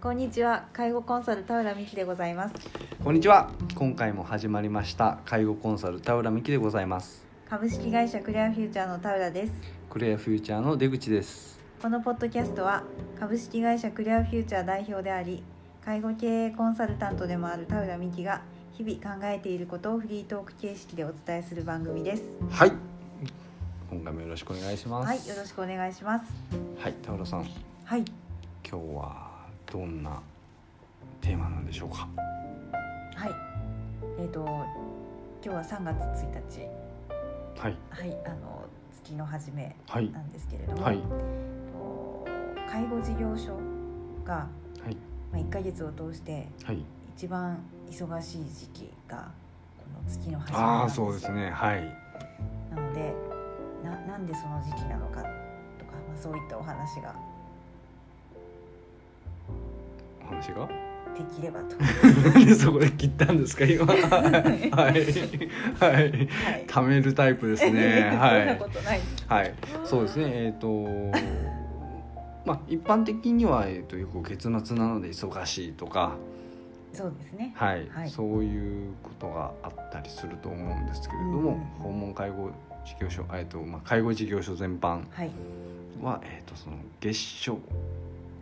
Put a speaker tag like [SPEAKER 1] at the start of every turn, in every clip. [SPEAKER 1] こんにちは介護コンサル田浦美希でございます
[SPEAKER 2] こんにちは今回も始まりました介護コンサル田浦美希でございます
[SPEAKER 1] 株式会社クレアフューチャーの田浦です
[SPEAKER 2] クレアフューチャーの出口です
[SPEAKER 1] このポッドキャストは株式会社クレアフューチャー代表であり介護経営コンサルタントでもある田浦美希が日々考えていることをフリートーク形式でお伝えする番組です
[SPEAKER 2] はい今回もよろしくお願いします
[SPEAKER 1] はいよろしくお願いします
[SPEAKER 2] はい田浦さん今
[SPEAKER 1] はい
[SPEAKER 2] 日はどんなテーマなんでしょうか
[SPEAKER 1] はいえっ、と今日は3月1日
[SPEAKER 2] はい
[SPEAKER 1] はいあの月の初め
[SPEAKER 2] はい
[SPEAKER 1] なんですけれども、
[SPEAKER 2] はい
[SPEAKER 1] と介護事業所が、
[SPEAKER 2] はい
[SPEAKER 1] まあ、1ヶ月を通して
[SPEAKER 2] はい
[SPEAKER 1] 一番忙しい時期がこの月の初め
[SPEAKER 2] あ
[SPEAKER 1] なん
[SPEAKER 2] あ
[SPEAKER 1] です
[SPEAKER 2] そうですねはい
[SPEAKER 1] なのでななんでその時期なのかとか、まあ、そういったお話が
[SPEAKER 2] お話が
[SPEAKER 1] できればと、
[SPEAKER 2] なん でそこで切ったんですか今 はい はい
[SPEAKER 1] はい、
[SPEAKER 2] 貯めるタイプです ね
[SPEAKER 1] そん
[SPEAKER 2] は
[SPEAKER 1] ないことない
[SPEAKER 2] はい、そうですね。えっ、と、まあ一般的にはえっ、とよく月末なので忙しいとか、
[SPEAKER 1] そうですね
[SPEAKER 2] はい、
[SPEAKER 1] はい
[SPEAKER 2] そういうことがあったりすると思うんですけれども、
[SPEAKER 1] うん
[SPEAKER 2] 訪問介護事業所、えっ、とまあ介護事業所全般
[SPEAKER 1] はい
[SPEAKER 2] はえっ、とその月初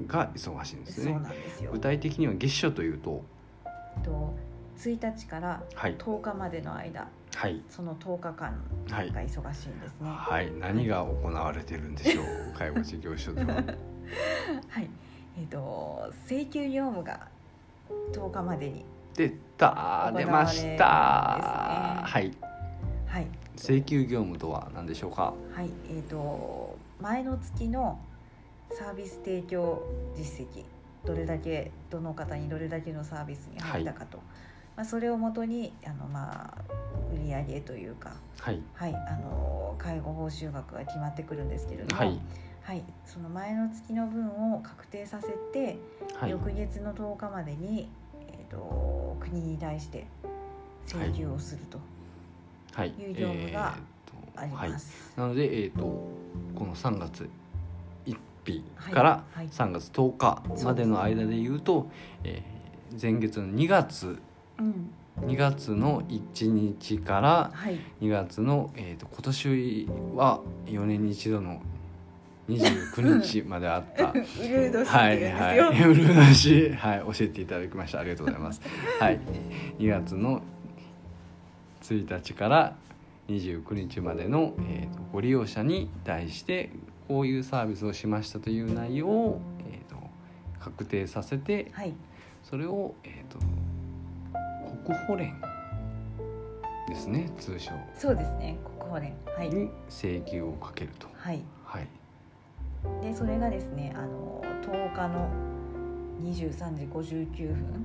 [SPEAKER 2] が忙しいんです
[SPEAKER 1] そう
[SPEAKER 2] ね
[SPEAKER 1] な。んですよ
[SPEAKER 2] 具体的には月初というと、
[SPEAKER 1] と1日から
[SPEAKER 2] はい
[SPEAKER 1] 10日までの間
[SPEAKER 2] はい
[SPEAKER 1] その10日間
[SPEAKER 2] はい
[SPEAKER 1] が忙しいんですねは
[SPEAKER 2] はい何が行われてるんでしょう、介護事業所 では。
[SPEAKER 1] いえっ、と請求業務が10日までに
[SPEAKER 2] 出た出まし
[SPEAKER 1] 行
[SPEAKER 2] た、
[SPEAKER 1] わ
[SPEAKER 2] はい
[SPEAKER 1] はい
[SPEAKER 2] 請求業務とは何でしょうか
[SPEAKER 1] はい、えー、と前の月のサービス提供実績どれだけどの方にどれだけのサービスに入ったかと、まあ、それをもとにあの、まあ、売上というか、
[SPEAKER 2] はい
[SPEAKER 1] はい、あの介護報酬額が決まってくるんですけれども、
[SPEAKER 2] はい
[SPEAKER 1] はいその前の月の分を確定させて、
[SPEAKER 2] はい
[SPEAKER 1] 翌月の10日までに、えー、と国に対して請求をすると
[SPEAKER 2] はい
[SPEAKER 1] いう業務が
[SPEAKER 2] え
[SPEAKER 1] あ
[SPEAKER 2] ー
[SPEAKER 1] り
[SPEAKER 2] とはい
[SPEAKER 1] ます。
[SPEAKER 2] なのでえっ、とこの3月1日から
[SPEAKER 1] はいはい
[SPEAKER 2] 3月10日までの間で言うと、えー前月の2月
[SPEAKER 1] うん
[SPEAKER 2] 2月の1日から
[SPEAKER 1] はい
[SPEAKER 2] 2月の、えー、と今年は4年に一度の29日まであった
[SPEAKER 1] ウルード氏っ
[SPEAKER 2] は
[SPEAKER 1] て
[SPEAKER 2] い
[SPEAKER 1] 言うんです
[SPEAKER 2] はい
[SPEAKER 1] よ。、
[SPEAKER 2] うるなし、はい、教えていただきました。ありがとうござい ます。はい、2月の1日から29日までの、えーとご利用者に対してこういうサービスをしましたという内容を、えーと確定させて、
[SPEAKER 1] はい、
[SPEAKER 2] それをえっ、と国保連ですね、通称
[SPEAKER 1] そうですね。国保連、はい、
[SPEAKER 2] に請求をかけると。
[SPEAKER 1] はい。
[SPEAKER 2] はい、
[SPEAKER 1] で、それがですね、あの10日の23時59分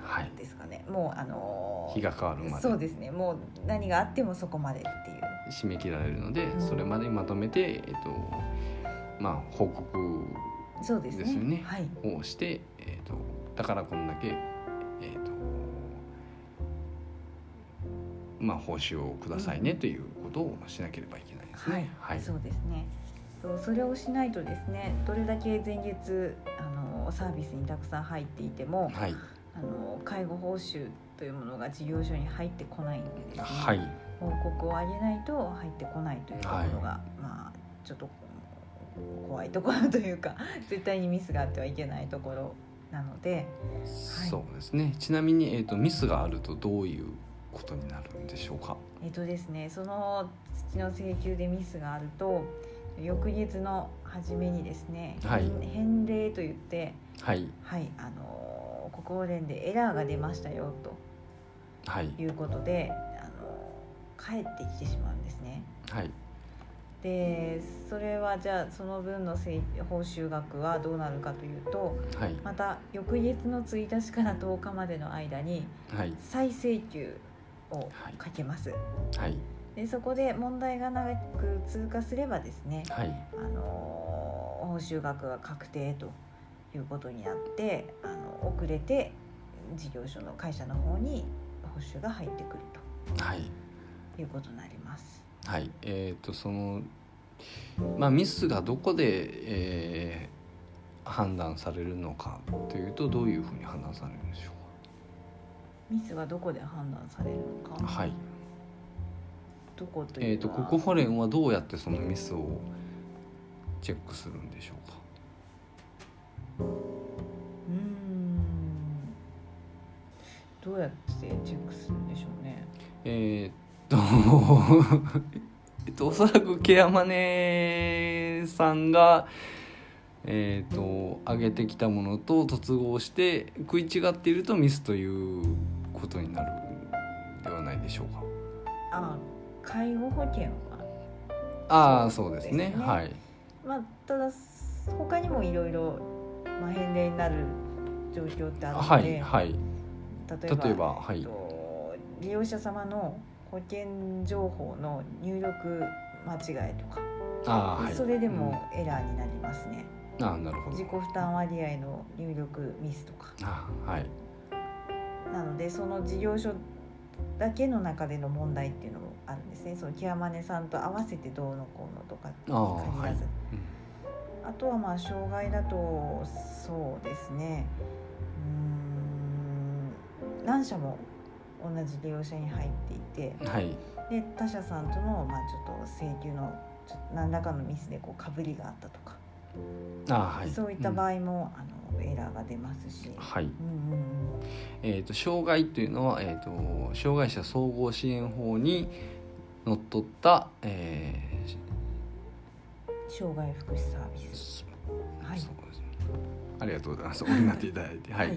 [SPEAKER 2] はい、
[SPEAKER 1] ですかね。もうあの
[SPEAKER 2] 日が変わるまで。
[SPEAKER 1] そうですね。もう何があってもそこまでっていう。
[SPEAKER 2] 締め切られるのでそれまでにまとめて、えっとまあ、報告
[SPEAKER 1] そうですね。
[SPEAKER 2] ですよね
[SPEAKER 1] はい、
[SPEAKER 2] をして、えっとだからこんだけ、えっとまあ、報酬をくださいねということをしなければいけないですね。はい
[SPEAKER 1] そうですね。とそれをしないとですね、どれだけ前月あのサービスにたくさん入っていても、
[SPEAKER 2] はい
[SPEAKER 1] あの介護報酬というものが事業所に入ってこないんですね。
[SPEAKER 2] はい
[SPEAKER 1] 報告を上げないと入ってこないというところが、まあちょっと怖いところというか 絶対にミスがあってはいけないところなので
[SPEAKER 2] そうですねちなみに、えっとミスがあるとどういうことになるんでしょうか
[SPEAKER 1] えっとですねその土の請求でミスがあると翌月の初めにですね、
[SPEAKER 2] はい
[SPEAKER 1] 返礼と言って
[SPEAKER 2] はい
[SPEAKER 1] はいあの国保連でエラーが出ましたよと
[SPEAKER 2] はい
[SPEAKER 1] いうことであの帰ってきてしまうんですね。
[SPEAKER 2] はい
[SPEAKER 1] でそれはじゃあその分のせい報酬額はどうなるかというと
[SPEAKER 2] はい
[SPEAKER 1] また翌月の1日から10日までの間に
[SPEAKER 2] はい
[SPEAKER 1] 再請求をかけます
[SPEAKER 2] はい
[SPEAKER 1] でそこで問題が長く通過すればですね、
[SPEAKER 2] はい
[SPEAKER 1] あのー報酬額が確定ということになってあの遅れて事業所の会社の方に報酬が入ってくる
[SPEAKER 2] はい
[SPEAKER 1] ということになります。
[SPEAKER 2] はい、えっ、とそのまあミスがどこで、え判断されるのかというとどういうふうに判断されるんでしょ
[SPEAKER 1] ミスはどこで判断されるの
[SPEAKER 2] うか。
[SPEAKER 1] か
[SPEAKER 2] はい。
[SPEAKER 1] どこと
[SPEAKER 2] え
[SPEAKER 1] い
[SPEAKER 2] っ、
[SPEAKER 1] う
[SPEAKER 2] と
[SPEAKER 1] の
[SPEAKER 2] コ
[SPEAKER 1] は
[SPEAKER 2] コファレンはどうやってそのミスをチェックするんでしょうか。
[SPEAKER 1] うーんどうやってチェックするんでしょうね
[SPEAKER 2] えーっと えっとおそらくケアマネさんがえーっと上げてきたものと突合して食い違っているとミスということになるんではないでしょうか。
[SPEAKER 1] あ介護保険は
[SPEAKER 2] ああそうですね
[SPEAKER 1] ですね
[SPEAKER 2] はい
[SPEAKER 1] まあただ他にもいろいろまあ返礼になる状況ってある
[SPEAKER 2] は
[SPEAKER 1] ので、
[SPEAKER 2] いはい
[SPEAKER 1] 例えば
[SPEAKER 2] 例えばはい
[SPEAKER 1] えっと利用者様の保険情報の入力間違いとか、
[SPEAKER 2] ああはい
[SPEAKER 1] それでもエラーになりますね、
[SPEAKER 2] うんああなるほど
[SPEAKER 1] 自己負担割合の入力ミスとか
[SPEAKER 2] ああはい
[SPEAKER 1] なのでその事業所だけの中での問題っていうのもあるんですねそのケアマネさんと合わせてどうのこうのとかに
[SPEAKER 2] ああは
[SPEAKER 1] 限ら
[SPEAKER 2] い
[SPEAKER 1] ずあとはまあ障害だとそうですねうーん何社も同じ利用者に入っていて
[SPEAKER 2] うんはい
[SPEAKER 1] で他社さんとのまあちょっと請求のちょっと何らかのミスでこうかぶりがあったとか、
[SPEAKER 2] ああはい
[SPEAKER 1] そういった
[SPEAKER 2] 合
[SPEAKER 1] 場合も、あのエラーが出ますし、
[SPEAKER 2] はい
[SPEAKER 1] うんうん
[SPEAKER 2] えー、と障害というのは、えー、と障害者総合支援法にのっとった、えーし
[SPEAKER 1] うん、障害福祉サービス、はい
[SPEAKER 2] そうですねありがとうございますおになっていただいてはい、
[SPEAKER 1] そう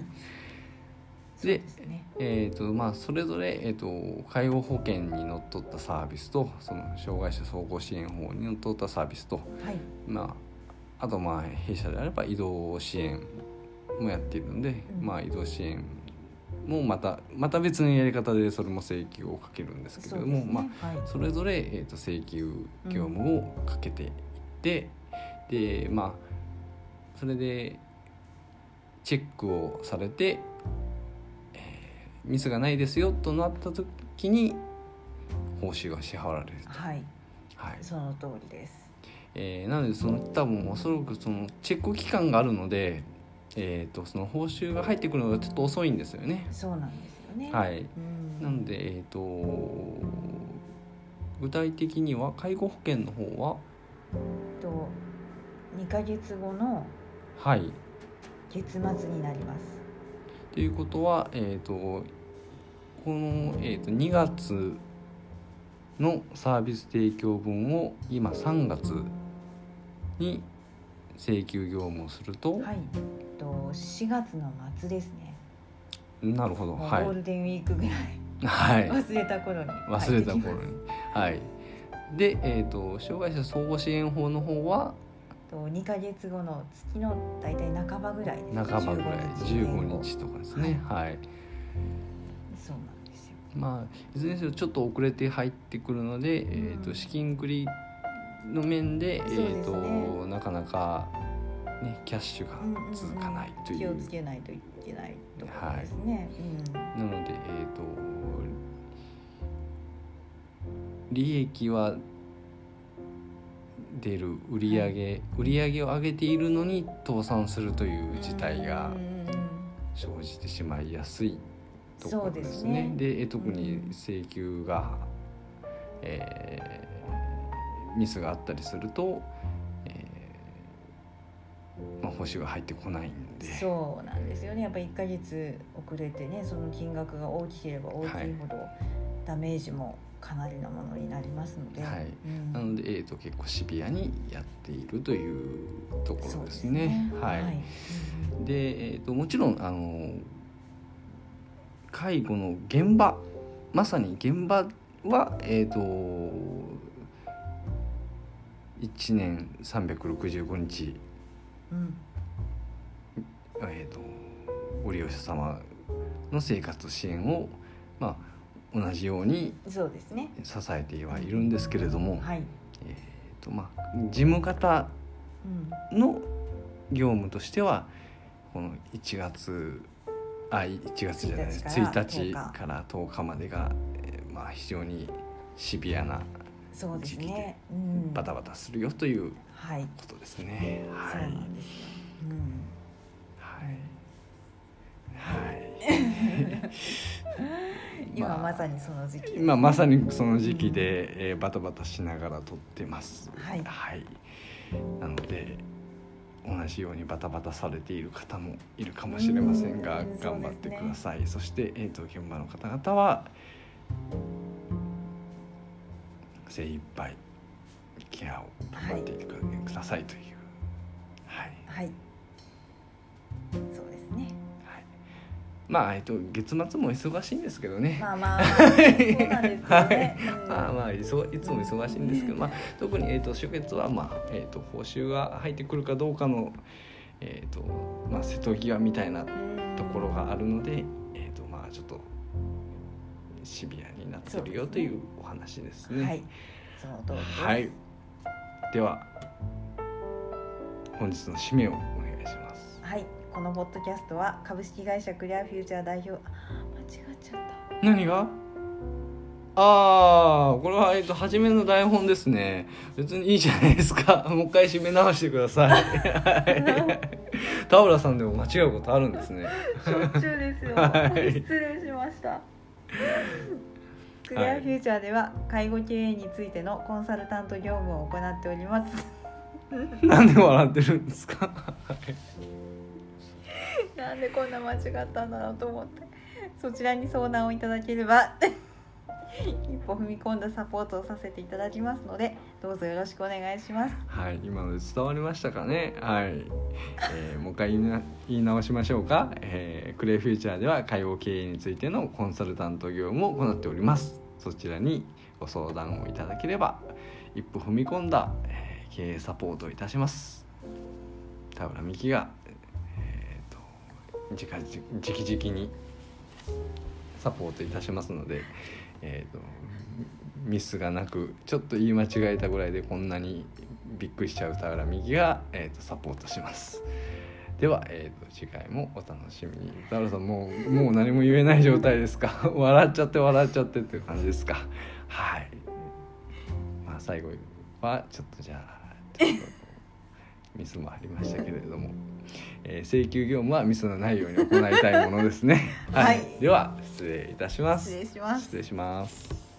[SPEAKER 1] ですね
[SPEAKER 2] えーとまあ、それぞれ、えー、と介護保険にのっとったサービスとその障害者総合支援法にのっとったサービスと、
[SPEAKER 1] はい
[SPEAKER 2] まあ、あとまあ弊社であれば移動支援もやっているので、
[SPEAKER 1] うん
[SPEAKER 2] まあ、移動支援もまたまた別のやり方でそれも請求をかけるんですけれ
[SPEAKER 1] そう
[SPEAKER 2] ど
[SPEAKER 1] で
[SPEAKER 2] も、
[SPEAKER 1] すね
[SPEAKER 2] まあ、
[SPEAKER 1] はい
[SPEAKER 2] それぞれ、えー、と請求業務をかけていって、でまあそれでチェックをされて、えーミスがないですよとなった時に報酬が支払われる、
[SPEAKER 1] はい
[SPEAKER 2] はい
[SPEAKER 1] その通りです
[SPEAKER 2] えーなのでその多分おそらくそのチェック期間があるので、えー、とその報酬が入ってくるのがちょっと遅いんですよね。
[SPEAKER 1] そうなんですよね
[SPEAKER 2] はい、
[SPEAKER 1] うん
[SPEAKER 2] なので、えー、と具体的には介護保険の方は
[SPEAKER 1] と2ヶ月後の
[SPEAKER 2] はい
[SPEAKER 1] 月末になります
[SPEAKER 2] ということは、えー、とこの、えー、と2月のサービス提供分を今3月に請求業務をすると、
[SPEAKER 1] はいと4月の末ですね
[SPEAKER 2] なるほど
[SPEAKER 1] もうゴ
[SPEAKER 2] は
[SPEAKER 1] ールデンウィークぐらい、
[SPEAKER 2] い、はい、
[SPEAKER 1] 忘れた頃に
[SPEAKER 2] 忘れた
[SPEAKER 1] 入っ
[SPEAKER 2] 頃
[SPEAKER 1] てき
[SPEAKER 2] にはいで、えー、と障害者総合支援法の方は
[SPEAKER 1] ますと2ヶ月後の月の大体半ばぐらいです
[SPEAKER 2] 半ばぐらい15
[SPEAKER 1] 15
[SPEAKER 2] 日とかですねはい
[SPEAKER 1] そうなんですよ
[SPEAKER 2] まあ、いずれにせよちょっと遅れて入ってくるので、えー、
[SPEAKER 1] う
[SPEAKER 2] と
[SPEAKER 1] ん
[SPEAKER 2] 資金繰りの面で,、
[SPEAKER 1] そうで
[SPEAKER 2] え
[SPEAKER 1] すね
[SPEAKER 2] ー、となかなか、ね、キャッシュが続かないとい
[SPEAKER 1] 気
[SPEAKER 2] う,、
[SPEAKER 1] をつけないといけないところですね、うん
[SPEAKER 2] なので、えー、と利益は出る売り上げ、売り上げを上げているのに倒産するという事態が生じてしまいやすいところですね。でえ特に請求が、えーミスがあったりすると、えーまあ、報酬が入ってこないんで
[SPEAKER 1] そうなんですよねやっぱり1ヶ月遅れてねその金額が大きければ大きいほどダメージもかなりなものになりますので、
[SPEAKER 2] はい
[SPEAKER 1] うん
[SPEAKER 2] なので、えー、と結構シビアにやっているというとこ
[SPEAKER 1] そ
[SPEAKER 2] ろ
[SPEAKER 1] う
[SPEAKER 2] で
[SPEAKER 1] ですす
[SPEAKER 2] ね
[SPEAKER 1] ね。
[SPEAKER 2] はいで、えー、ともちろんあの介護の現場まさに現場は、えー、と1年365日、
[SPEAKER 1] うん
[SPEAKER 2] えー、とご利用者様の生活支援を、まあ、同じように
[SPEAKER 1] そうですね
[SPEAKER 2] 支えてはいるんですけれども、
[SPEAKER 1] はい、
[SPEAKER 2] えーとまあ、事務方
[SPEAKER 1] うん、
[SPEAKER 2] の業務としてはこの1月あ1月じゃないです1
[SPEAKER 1] 1日
[SPEAKER 2] 日
[SPEAKER 1] から10日
[SPEAKER 2] から10日までが、えーまあ、非常にシビアな
[SPEAKER 1] そうです
[SPEAKER 2] 時期で
[SPEAKER 1] ね、うん、
[SPEAKER 2] バタバタするよという
[SPEAKER 1] はい
[SPEAKER 2] ことですね。
[SPEAKER 1] そう
[SPEAKER 2] は
[SPEAKER 1] ないんですよ、うん今まさにその時期です
[SPEAKER 2] 今まさにその時期で、えーバタバタしながら撮ってます
[SPEAKER 1] はい
[SPEAKER 2] なので同じようにバタバタされている方もいるかもしれませんが
[SPEAKER 1] うん
[SPEAKER 2] 頑張っ
[SPEAKER 1] そ
[SPEAKER 2] て
[SPEAKER 1] うですね
[SPEAKER 2] くださいそ,、して、えー、と現場の方々は精一杯ケアを頑張っていってくださいという、はい
[SPEAKER 1] はいそうですね
[SPEAKER 2] はい、まあ、えっと、月末も忙しいんですけどね、
[SPEAKER 1] まあまあ、まあ、そうなんですけどね、うん
[SPEAKER 2] まあまあいそいつも忙しいんですけど、まあ、特に、えー、と初月は、まあえー、と報酬が入ってくるかどうかの、えーとまあ、瀬戸際みたいな
[SPEAKER 1] うん
[SPEAKER 2] ところがあるので、えーとまあ、ちょっとシビアになってるよというお話ですね。
[SPEAKER 1] はいその通りです
[SPEAKER 2] はい、では本日の締めをお願いします。
[SPEAKER 1] はい、このポッドキャストは株式会社クリアフューチャー代表あ間違っちゃっ
[SPEAKER 2] 何がああこれは、えっと、初めの台本ですね別にいいじゃないですか もう一回締め直してください はい田浦さんでも間違うことあるん ですね
[SPEAKER 1] たしょっちゅうですよ、
[SPEAKER 2] はい
[SPEAKER 1] 失礼しましたクリアフューチャーでは介護経営についてのコンサルタント業務を行っております
[SPEAKER 2] なんで笑ってるんですか
[SPEAKER 1] なんでこんな間違ったんだろうと思ってそちらに相談をいただければ 一歩踏み込んだサポートをさせていただきますのでどうぞよろしくお願いします
[SPEAKER 2] はい今ので伝わりましたかねはい、えーもう一回言いな言い直しましょうか、えークレイフューチャーでは介護経営についてのコンサルタント業務を行っておりますそちらにご相談をいただければ一歩踏み込んだ、えー経営サポートをいたします田浦美希がえー、とじかじじきじきにサポートいたしますので、えー、とミスがなくちょっと言い間違えたぐらいでこんなにびっくりしちゃう田原右が、えー、とサポートしますでは、えー、と次回もお楽しみに田原さんもうもう何も言えない状態ですか 笑っちゃって笑っちゃってっていう感じですかはいまあ最後はちょっとじゃあちょっとミスもありましたけれども、えー請求業務はミスのないように行いたいものですね
[SPEAKER 1] はい
[SPEAKER 2] では失礼いたします
[SPEAKER 1] 失礼します
[SPEAKER 2] 失礼します